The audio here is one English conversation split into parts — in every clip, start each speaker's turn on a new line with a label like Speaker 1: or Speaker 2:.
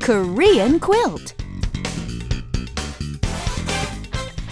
Speaker 1: Korean quilt.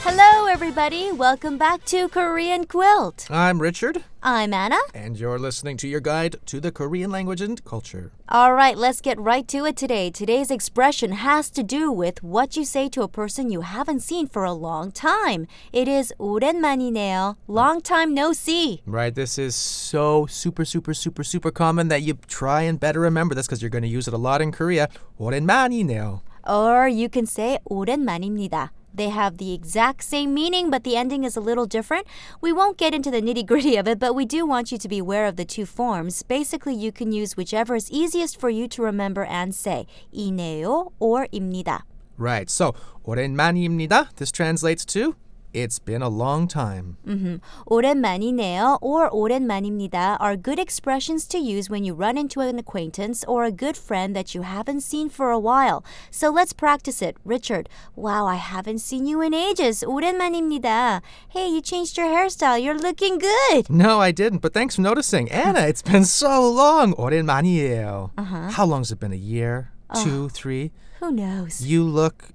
Speaker 1: Hello, everybody. Welcome back to Korean Quilt.
Speaker 2: I'm Richard,
Speaker 1: I'm Anna.
Speaker 2: and you're listening to your guide to the Korean language and culture.
Speaker 1: All right, let's get right to it today. Today's expression has to do with what you say to a person you haven't seen for a long time. It is 오랜만이네요. Long time no see.
Speaker 2: Right, this is so super, super, super, super common that you try and better remember this because you're going to use it a lot in Korea. 오랜만이네요.
Speaker 1: Or you can say 오랜만입니다. They have the exact same meaning, but the ending is a little different. We won't get into the nitty gritty of it, but we do want you to be aware of the two forms. Basically, you can use whichever is easiest for you to remember and say, 이네요 or 입니다.
Speaker 2: Right, so 오랜만입니다. This translates to it's been a long time.
Speaker 1: 오랜만이네요 or 오랜만입니다 are good expressions to use when you run into an acquaintance or a good friend that you haven't seen for a while. So let's practice it. Richard, wow, I haven't seen you in ages. 오랜만입니다. Hey, you changed your hairstyle. You're looking good.
Speaker 2: No, I didn't, but thanks for noticing. Anna, it's been so long. 오랜만이에요. Uh-huh. How long's it been? A year? Two, three?
Speaker 1: Who knows?
Speaker 2: You look,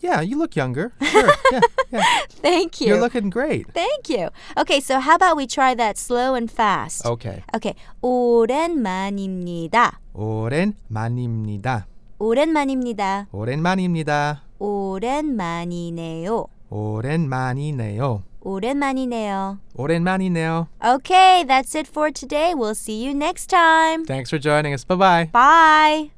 Speaker 2: yeah, you look younger. Sure, yeah, yeah.
Speaker 1: Thank you.
Speaker 2: You're looking great.
Speaker 1: Thank you. Okay, so how about we try that slow and fast?
Speaker 2: Okay.
Speaker 1: Okay. 오랜만입니다.
Speaker 2: 오랜만입니다.
Speaker 1: 오랜만입니다.
Speaker 2: 오랜만입니다.
Speaker 1: 오랜만이네요.
Speaker 2: 오랜만이네요.
Speaker 1: 오랜만이네요.
Speaker 2: 오랜만이네요.
Speaker 1: Okay, that's it for today. We'll see you next time.
Speaker 2: Thanks for joining us. Bye bye.
Speaker 1: Bye.